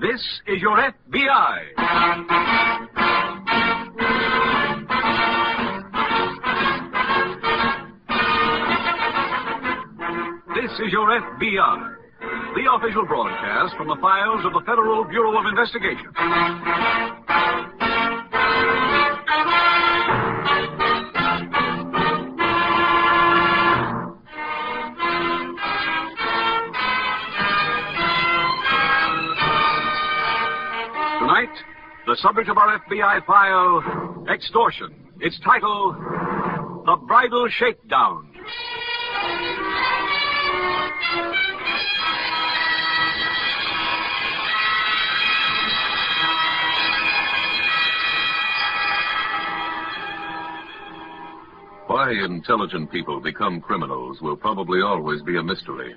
This is your FBI. This is your FBI, the official broadcast from the files of the Federal Bureau of Investigation. Tonight, the subject of our FBI file, extortion. Its title, The Bridal Shakedown. Why intelligent people become criminals will probably always be a mystery.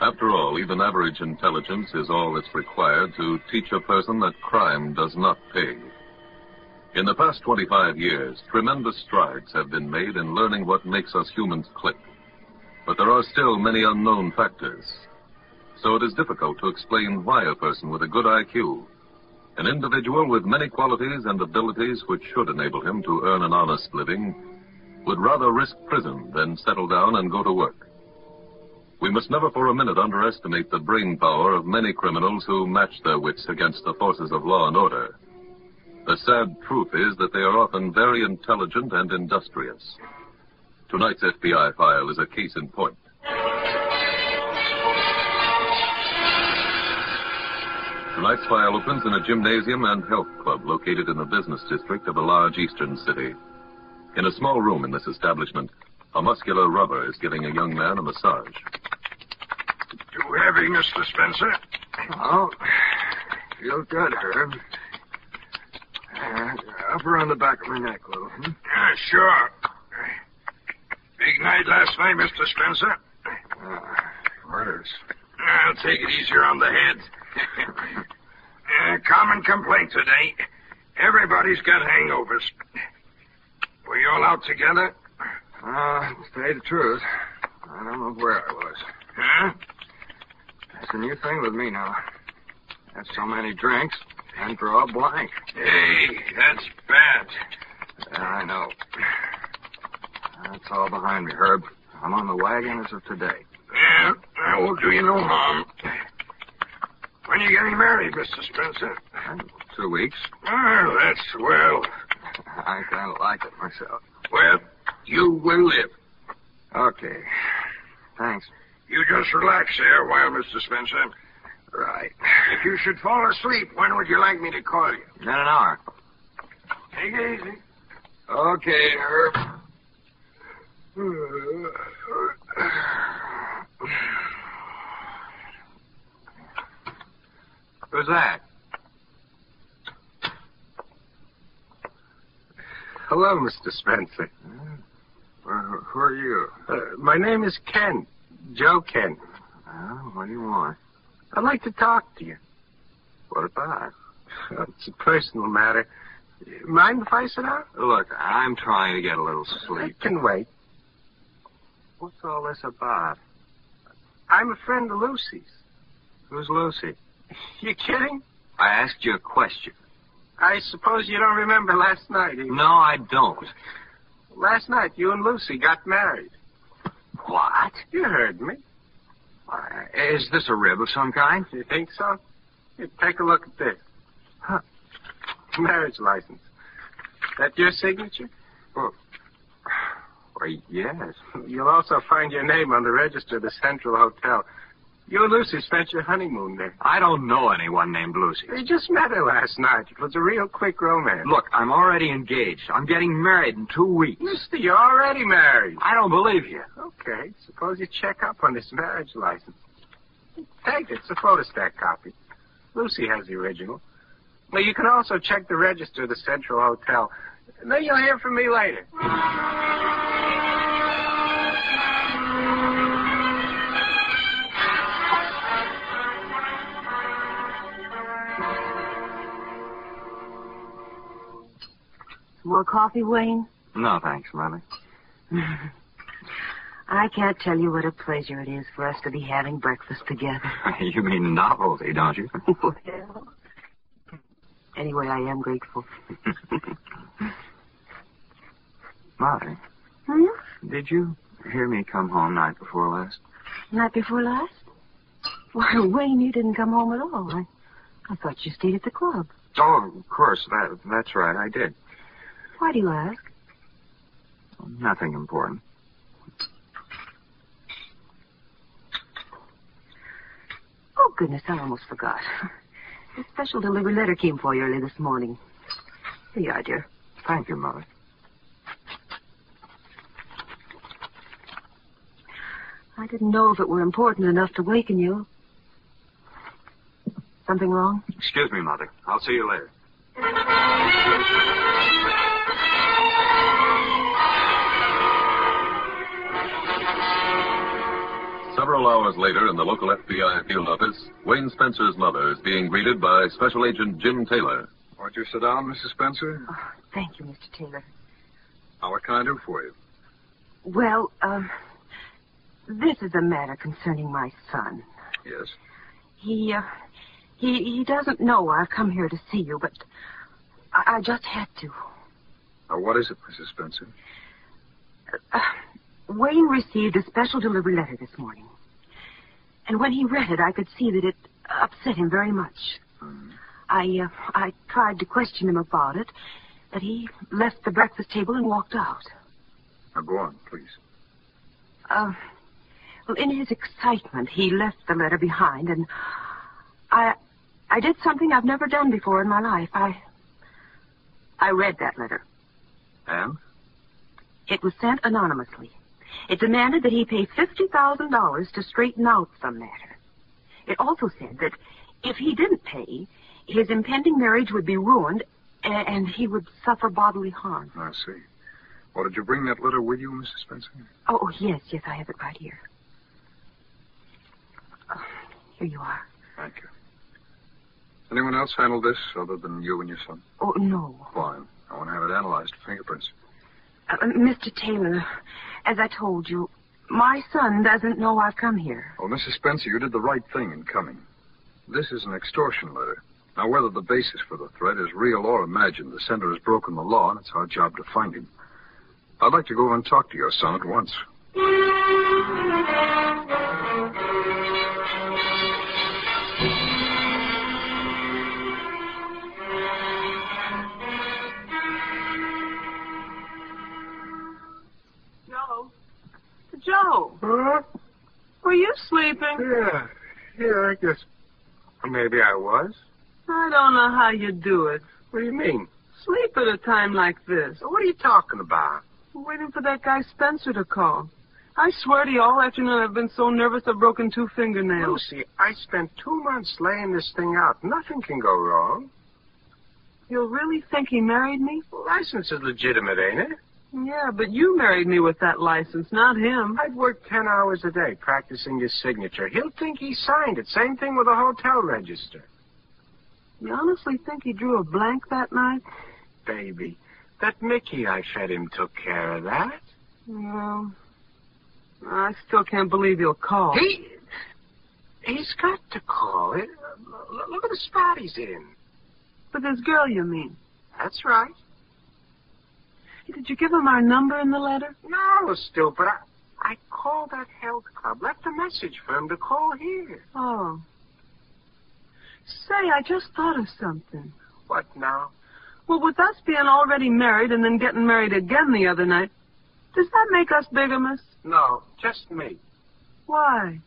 After all, even average intelligence is all that's required to teach a person that crime does not pay. In the past 25 years, tremendous strides have been made in learning what makes us humans click. But there are still many unknown factors. So it is difficult to explain why a person with a good IQ, an individual with many qualities and abilities which should enable him to earn an honest living, would rather risk prison than settle down and go to work. We must never for a minute underestimate the brain power of many criminals who match their wits against the forces of law and order. The sad truth is that they are often very intelligent and industrious. Tonight's FBI file is a case in point. Tonight's file opens in a gymnasium and health club located in the business district of a large eastern city. In a small room in this establishment, a muscular rubber is giving a young man a massage. Too heavy, Mr. Spencer. Oh, feel good, Herb. Uh, up around the back of my neck, hmm? Lou. Yeah, sure. Big night last night, Mr. Spencer. Uh, murders. I'll take it easier on the head. uh, common complaint today. Everybody's got hangovers. Were you all out together? Uh, to tell you the truth, I don't know where I was. Huh? That's a new thing with me now. Had so many drinks and draw a blank. Hey, that's bad. Yeah, I know. That's all behind me, Herb. I'm on the wagon as of today. Yeah, I won't do you no harm. When are you getting married, Mr. Spencer? Uh, Two weeks. Oh, that's swell. I kind of like it "Oh, myself. Well, you will live. Okay. Thanks. You just relax there a while, Mr. Spencer. Right. If you should fall asleep, when would you like me to call you? In an hour. Take it easy. Okay, Herb. Who's that? Hello, Mr. Spencer. Wh- Who are you? Uh, my name is Ken. Joe Ken. Uh, what do you want? I'd like to talk to you. What about? Uh, It's a personal matter. Mind if I sit down? Look, I'm trying to get a little I sleep. can wait. What's all this about? I'm a friend of Lucy's. Who's Lucy? You kidding? I asked you a question. I suppose you don't remember last night. eh? No, I don't. Last night, you and Lucy got married. What? You heard me. Uh, Why, Is this a rib of some kind? You think so? Here, take a look at this. Huh. Marriage license. That your signature? Oh. Why, yes. You'll also find your name on the register of the Central Hotel. You and Lucy spent your honeymoon there. I don't know anyone named Lucy. They just met her last night. It was a real quick romance. Look, I'm already engaged. I'm getting married in two weeks. Mister, you're already married. I don't believe you. Okay, suppose you check up on this marriage license. Take it. It's a photostat copy. Lucy has the original. Now, you can also check the register of the Central Hotel. Then you'll hear from me later. More coffee, Wayne? No, thanks, Mother. I can't tell you what a pleasure it is for us to be having breakfast together. you mean novelty, don't you? Well, anyway, I am grateful. Mother, Hmm? did you hear me come home night before last? Night before last? Why, Wayne, you didn't come home at all. I, I thought you stayed at the club. Oh, of course. That, that's right. I did. Why do you ask? Nothing important. Oh, goodness, I almost forgot. A special delivery letter came for you early this morning. Here you are, dear. Thank you, Mother. I didn't know if it were important enough to waken you. Something wrong? Excuse me, Mother. I'll see you later. Several hours later, in the local FBI field office, Wayne Spencer's mother is being greeted by Special Agent Jim Taylor. Won't you sit down, Mrs. Spencer? Thank you, Mr. Taylor. Now, what can I do for you? Well, um, this is a matter concerning my son. Yes. He, uh, he, he doesn't know I've come here to see you, but I, I just had to. Now, what is it, Mrs. Spencer? Uh, Wayne received a special delivery letter this morning. And when he read it, I could see that it upset him very much. I, uh, I tried to question him about it, but he left the breakfast table and walked out. Now, go on, please. Uh, well, in his excitement, he left the letter behind, and I, I did something I've never done before in my life. I, I read that letter. And? It was sent anonymously. It demanded that he pay fifty thousand dollars to straighten out some matter. It also said that if he didn't pay, his impending marriage would be ruined, a- and he would suffer bodily harm. I see. Well, did you bring that letter with you, Mrs. Spencer? Oh, oh, yes, yes, I have it right here. Oh, here you are. Thank you. Anyone else handle this other than you and your son? Oh, no. Fine. I want to have it analyzed. Fingerprints. Uh, Mr. Taylor, as I told you, my son doesn't know I've come here. Well, Mrs. Oh, Spencer, you did the right thing in coming. This is an extortion letter. Now, whether the basis for the threat is real or imagined, the sender has broken the law, and it's our job to find him. I'd like to go over and talk to your son at once. Joe. Joe, Huh? were you sleeping? Yeah. Yeah, I guess. Maybe I was. I don't know how you do it. What do you mean? Sleep at a time like this. So what are you talking about? I'm waiting for that guy Spencer to call. I swear to you, all afternoon I've been so nervous I've broken two fingernails. Lucy, I spent two months laying this thing out. Nothing can go wrong. You really think he married me? The license is legitimate, ain't it? Yeah, but you married me with that license, not him. I've worked ten hours a day practicing your signature. He'll think he signed it. Same thing with the hotel register. You honestly think he drew a blank that night? Baby, that Mickey I fed him took care of that. No. I still can't believe he'll call. He, he's got to call it. L- Look at the spot he's in. But this girl, you mean? That's right. Did you give him our number in the letter? No, stupid. I, I called Oh. that health club. Left a message for him to call here. Oh. Say, I just thought of something. What now? Well, with us being already married and then getting married again the other night, does that make us bigamists? No, just me. Why?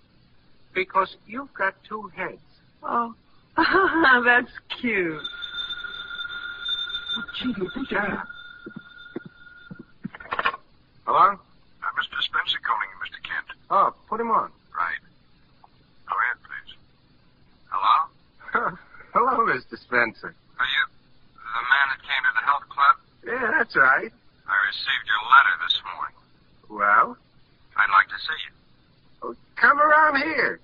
Because you've got two heads. Oh, that's cute. Oh, gee, you think Shut you're- up. Hello? Uh, Mr. Spencer calling you, Mr. Kent. Oh, put him on. Right. Go ahead, please. Hello? Hello, Mr. Spencer. Are you the man that came to the health club? Yeah, that's right. I received your letter this morning. Well, I'd like to see you. oh, come around here.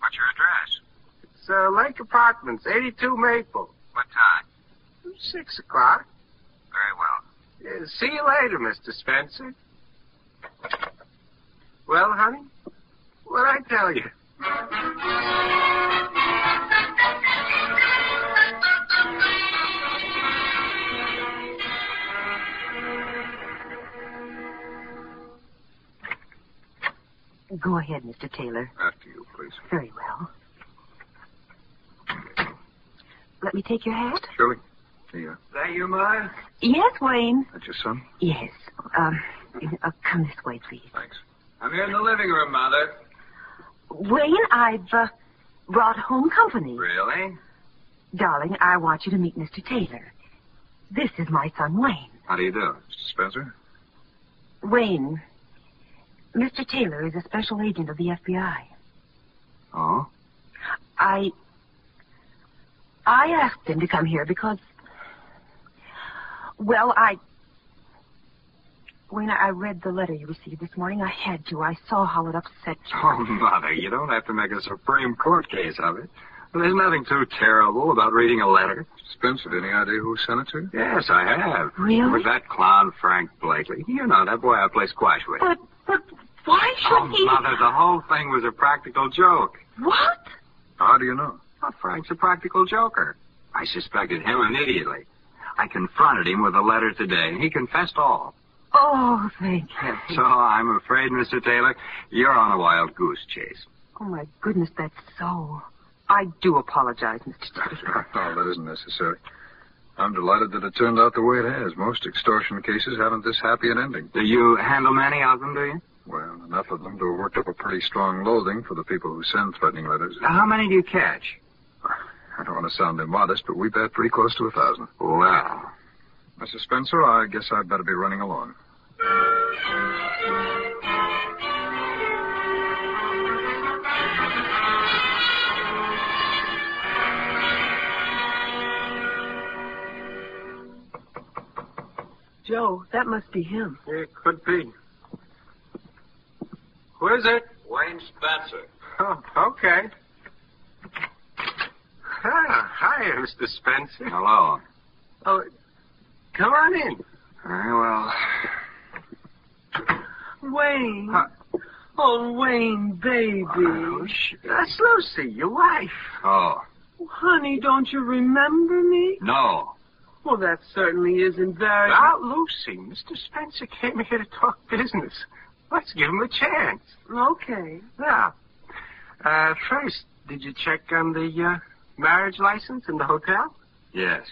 What's your address? It's uh, Lake Apartments, 82 Maple. What time? Six o'clock. Very well. Uh, see you later, Mr. Spencer. Well, honey, what'd I tell you? Go ahead, Mr. Taylor. After you, please. Very well. Let me take your hat? Shirley? Here. That you, Ma? Yes, Wayne. That's your son? Yes. Um, uh, come this way, please. Thanks. I'm here in the living room, Mother. Wayne, I've uh, brought home company. Really? Darling, I want you to meet Mr. Taylor. This is my son, Wayne. How do you do, Mr. Spencer? Wayne, Mr. Taylor is a special agent of the FBI. Oh? I. I asked him to come here because. Well, I. When I read the letter you received this morning, I had to. I saw how it upset you. Oh, Mother, you don't have to make a Supreme Court case of it. There's nothing too terrible about reading a letter. Spencer, any idea who sent it to you? Yes, I have. Really? With that clown, Frank Blakely. You know that boy I play squash with. But, but why should Oh, he? Mother, the whole thing was a practical joke. What? How do you know? Well, Frank's a practical joker. I suspected him immediately. I confronted him with a letter today, and he confessed all. Oh, thank heaven. So I'm afraid, Mr. Taylor, you're on a wild goose chase. Oh, my goodness, that's so. I do apologize, Mr. Taylor. no, that isn't necessary. I'm delighted that it turned out the way it has. Most extortion cases haven't this happy an ending. Do you handle many of them, do you? Well, enough of them to have worked up a pretty strong loathing for the people who send threatening letters. How many do you catch? I don't want to sound immodest, but we bet pretty close to a thousand. Wow. Mrs. Spencer, I guess I'd better be running along. Joe, that must be him. It could be. Who is it? Wayne Spencer. Oh, okay. Ah, hi, Mr. Spencer. Hello. Oh, come on in. Very well. Wayne. Huh. Oh, Wayne, baby. That's Lucy, Uh, your wife. Oh, Honey, don't you remember me? no. Well, that certainly isn't very. Now, Lucy, Mr. Spencer came here to talk business. Let's give him a chance. Okay. Now, uh, first, did you check on the uh, marriage license in the hotel? Yes.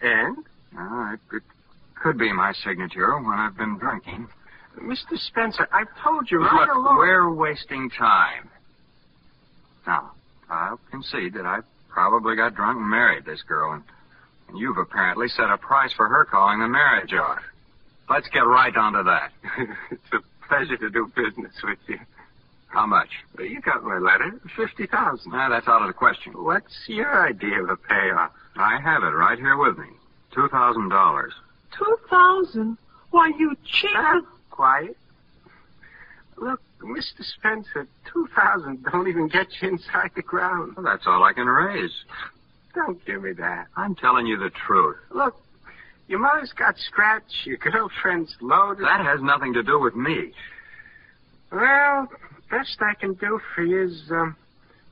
And Oh, it, it could be my signature when I've been drinking. Mr. Spencer, I told you right Look, along. we're wasting time. Now, I'll concede that I probably got drunk and married this girl, and, and you've apparently set a price for her calling the marriage off. Let's get right down to that. it's a pleasure to do business with you. How much? You got my letter, fifty thousand. Now, that's out of the question. What's your idea of a payoff? I have it right here with me. Two thousand dollars. Two thousand? Why, you cheat? Ah, quiet. Look, Mr. Spencer, two thousand don't even get you inside the ground. Well, that's all I can raise. Don't give me that. I'm telling you the truth. Look, your mother's got scratch, your girlfriend's loaded. That has nothing to do with me. Well, best I can do for you is um,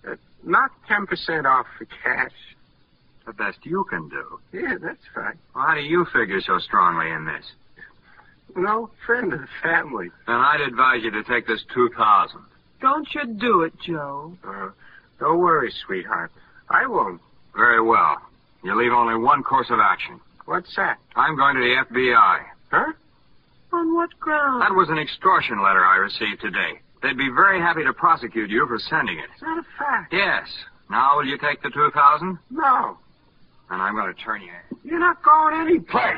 uh, knock ten percent off for cash. The best you can do. Yeah, that's fine. Why do you figure so strongly in this? No friend of the family. Then I'd advise you to take this two thousand. Don't you do it, Joe. Uh, don't worry, sweetheart. I won't. Very well. You leave only one course of action. What's that? I'm going to the FBI. Huh? On what ground? That was an extortion letter I received today. They'd be very happy to prosecute you for sending it. Is that a fact? Yes. Now will you take the two thousand? No. And I'm going to turn you in. You're not going anyplace.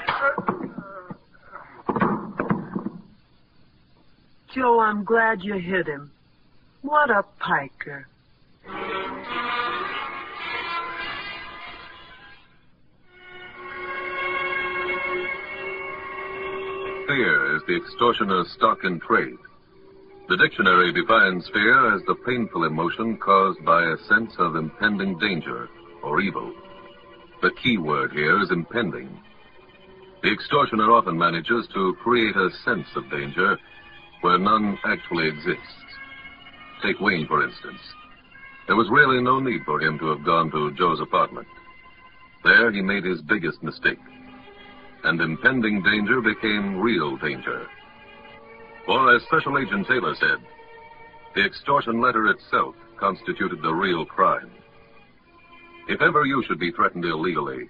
Joe, I'm glad you hit him. What a piker. Fear is the extortioner's stock in trade. The dictionary defines fear as the painful emotion caused by a sense of impending danger or evil. The key word here is impending. The extortioner often manages to create a sense of danger where none actually exists. Take Wayne, for instance. There was really no need for him to have gone to Joe's apartment. There he made his biggest mistake. And impending danger became real danger. For as Special Agent Taylor said, the extortion letter itself constituted the real crime. If ever you should be threatened illegally,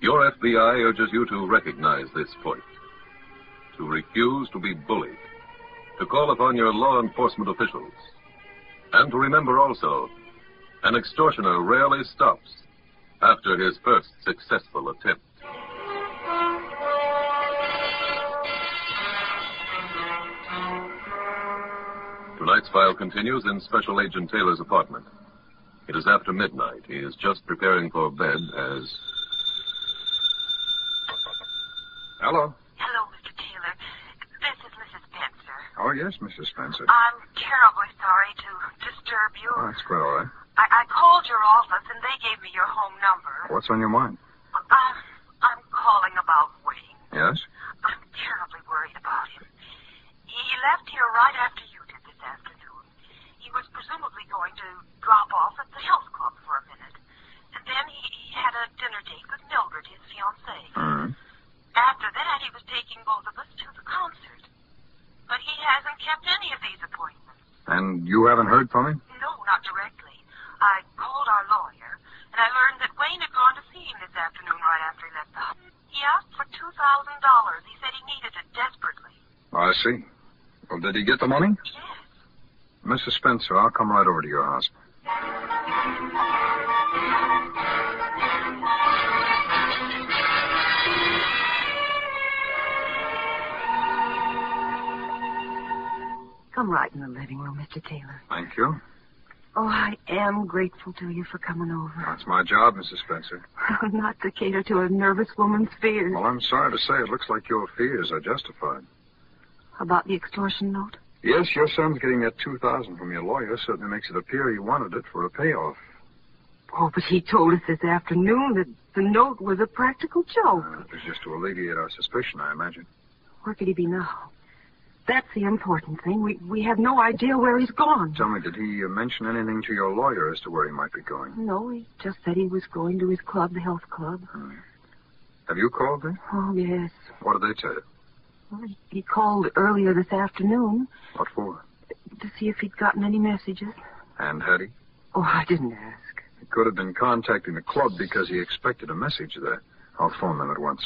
your FBI urges you to recognize this point, to refuse to be bullied, to call upon your law enforcement officials, and to remember also, an extortioner rarely stops after his first successful attempt. Tonight's file continues in Special Agent Taylor's apartment. It is after midnight. He is just preparing for bed as. Hello. Hello, Mr. Taylor. This is Mrs. Spencer. Oh, yes, Mrs. Spencer. I'm terribly sorry to disturb you. Oh, that's quite all right. I, I called your office and they gave me your home number. What's on your mind? I'm, I'm calling about Wayne. Yes? I'm terribly worried about him. He left here right after you did this afternoon. He was presumably going to drop off at the health club for a minute. And then he, he had a dinner date with Mildred, his fiancée. Mm. After that, he was taking both of us to the concert. But he hasn't kept any of these appointments. And you haven't heard from him? No, not directly. I called our lawyer, and I learned that Wayne had gone to see him this afternoon right after he left the house. He asked for $2,000. He said he needed it desperately. I see. Well, did he get the money? Yes. Mrs. Spencer, I'll come right over to your house. Come right in the living room, Mr. Taylor. Thank you. Oh, I am grateful to you for coming over. That's my job, Mrs. Spencer. Not to cater to a nervous woman's fears. Well, I'm sorry to say it looks like your fears are justified. About the extortion note? Yes, your son's getting that two thousand from your lawyer certainly makes it appear he wanted it for a payoff. Oh, but he told us this afternoon that the note was a practical joke. Uh, it was just to alleviate our suspicion, I imagine. Where could he be now? That's the important thing. We we have no idea where he's gone. Tell me, did he uh, mention anything to your lawyer as to where he might be going? No, he just said he was going to his club, the health club. Have you called them? Oh, yes. What did they tell you? Well, he, he called earlier this afternoon What for? to see if he'd gotten any messages. And had he? Oh, I didn't ask. He could have been contacting the club because he expected a message there. I'll phone them at once.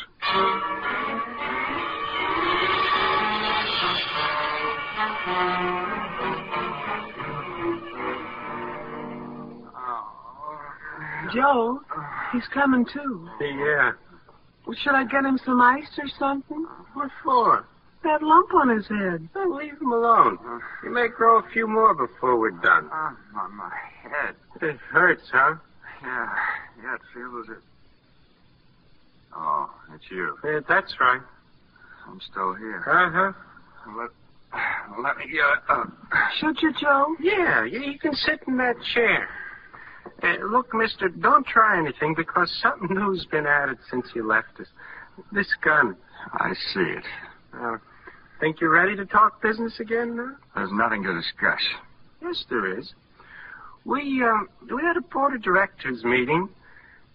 Joe, Uh, he's coming too. Yeah. Should I get him some ice or something? What for? That lump on his head. Well, leave him alone. You may grow a few more before we're done. Ah, my, my head. It hurts, huh? Yeah, yeah, it feels as if. Oh, it's you. Yeah, that's right. I'm still here. Uh huh. Let, let me get up. Should you, Joe? Yeah, you, you can sit in that chair. Uh, look, mister, don't try anything because something new's been added since you left us. This gun. I see it. Uh, think you're ready to talk business again now? There's nothing to discuss. Yes, there is. We, um, we had a board of directors meeting.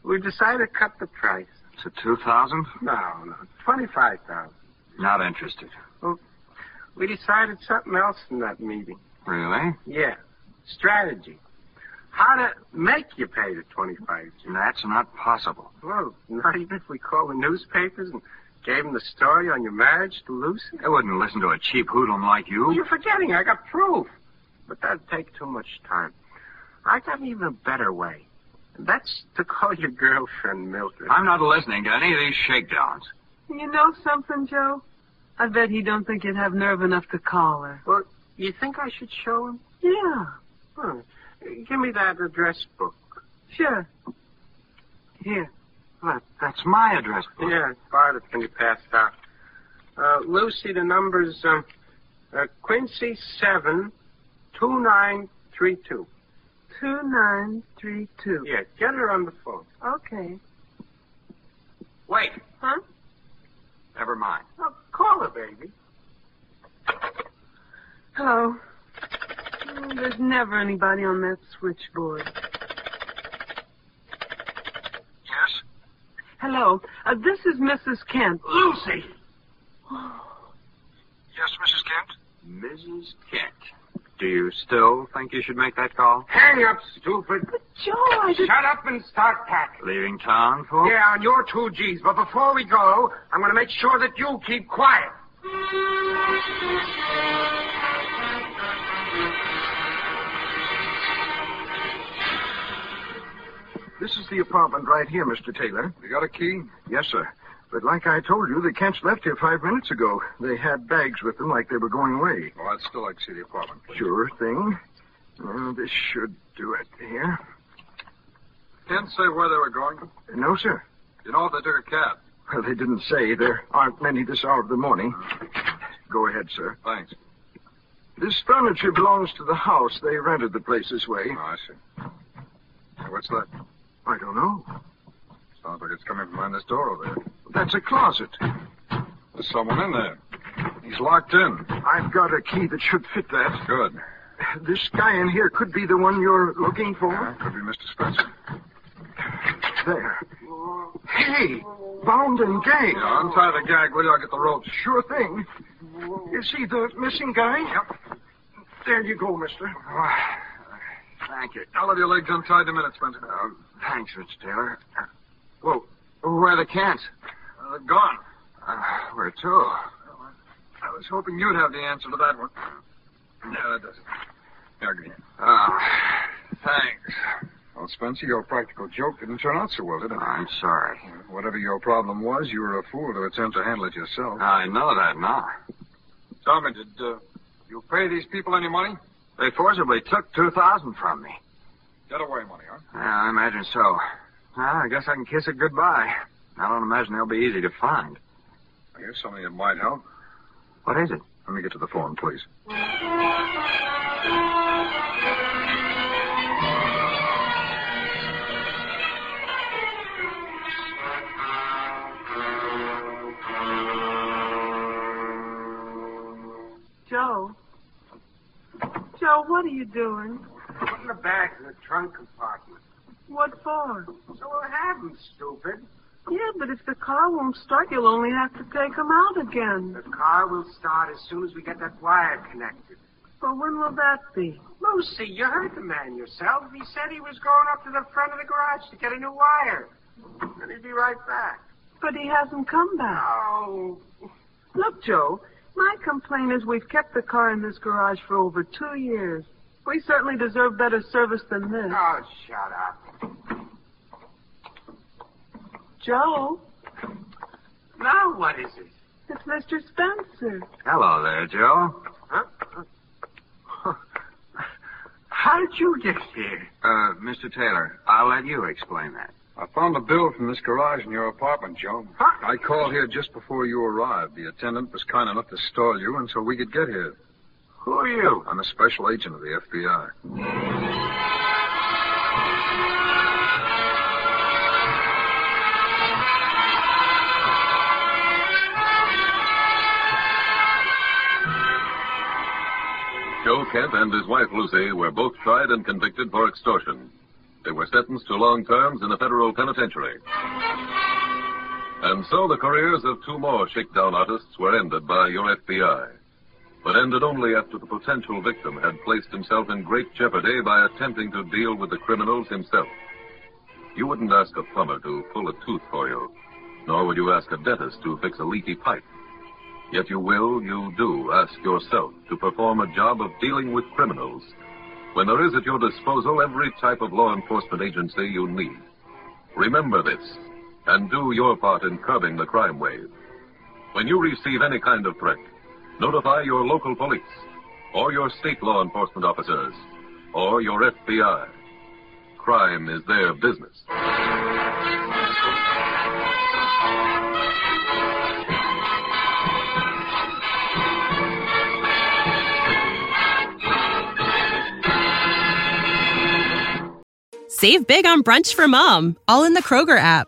We decided to cut the price. To 2000 No, no, 25000 Not interested. We decided something else in that meeting. Really? Yeah, strategy. how to make you pay the 25 cents. That's not possible. Well, not even if we call the newspapers and gave them the story on your marriage to Lucy. They wouldn't listen to a cheap hoodlum like Well, you. you're forgetting. I got proof. But that'd take too much time. I got even a better way. That's to call your girlfriend Mildred. I'm not listening to any of these shakedowns. You know something, Joe? I bet he don't think you'd have nerve enough to call her. Well, you think I should show him? Yeah, Hmm. Give me that address book. sure. Here. That, that's my address book. Yeah, borrowed it when you passed out. Uh, Lucy, the number's um, uh, Quincy 7 2932. Two nine three two. Yeah, get her on the phone. Okay. Wait. Huh? Never mind. Oh, call her, baby. Hello. Mm, Oh. There's never anybody on that switchboard. Yes? Hello. Uh, this is Mrs. Kent. Lucy! Yes, Mrs. Kent? Mrs. Kent. Do you still think you should make that call? Hang up, stupid. Joe, I just... Shut up and start packing. Leaving town, folks? Yeah, on your two G's. But before we go, I'm going to make sure that you keep quiet. This is the apartment right here, Mr. Taylor. You got a key? Yes, sir. But like I told you, the Kents left here five minutes ago. They had bags with them like they were going away. Well, I'd still like to see the apartment. Sure thing. Well, this should do it here. Didn't say where they were going. No, sir. You know, they took a cab. Well, they didn't say. There aren't many this hour of the morning. Go ahead, sir. Thanks. This furniture belongs to the house. They rented the place this way. Oh, I see. What's that? I don't know. Sounds like it's coming from behind this door over there. That's a closet. There's someone in there. He's locked in. I've got a key that should fit that. Good. This guy in here could be the one you're looking Yeah, for. Uh, could be Mr. Spencer. There. Hey, bound and gagged. Yeah, untie the gag, will you? I'll get the ropes. Sure thing. Is he the missing guy? Yep. There you go, mister. thank you. Oh, I'll have your legs untied in a minute, Spencer. Uh, thanks, Mr. Taylor. Well, where are the cats? Uh, they're gone. Uh, where to? I was hoping you'd have the answer to that one. No, that doesn't. Here, give me it. Ah, thanks. Well, Spencer, your practical joke didn't turn out so well, did it? I'm sorry. Whatever your problem was, you were a fool to attempt to handle it yourself. I know that now. Tommy, did uh, you pay these people any money? They forcibly took two thousand from me. Getaway money, huh? Yeah, I imagine so. Well, I guess I can kiss it goodbye. I don't imagine they'll be easy to find. I guess something that might help. What is it? Let me get to the phone, please. Joe. Joe, what are you doing? Put in the bags in the trunk compartment. What for? So we'll have them, stupid. Yeah, but if the car won't start, you'll only have to take him out again. The car will start as soon as we get that wire connected. Well, when will that be? Lucy, you heard the man yourself. He said he was going up to the front of the garage to get a new wire. And he'd be right back. But he hasn't come back. Oh, Look, Joe, my complaint is we've kept the car in this garage for over two years. We certainly deserve better service than this. oh, shut up. Joe, Now what is it? it's Mr. Spencer. Hello there, Joe. Huh? How did you get here? Uh, Mr. Taylor, I'll let you explain that. I found a bill from this garage in your apartment, Joe. Huh? I called here just before you arrived. The attendant was kind enough to stall you until we could get here. Who are you? I'm a special agent of the FBI. Joe Kent and his wife Lucy were both tried and convicted for extortion. They were sentenced to long terms in a federal penitentiary. And so the careers of two more shakedown artists were ended by your FBI. but ended only after the potential victim had placed himself in great jeopardy by attempting to deal with the criminals himself. You wouldn't ask a plumber to pull a tooth for you, nor would you ask a dentist to fix a leaky pipe. Yet you will, you do, ask yourself to perform a job of dealing with criminals when there is at your disposal every type of law enforcement agency you need. Remember this and do your part in curbing the crime wave. When you receive any kind of threat, notify your local police or your state law enforcement officers or your FBI. Crime is their business. Save big on brunch for mom, all in the Kroger app.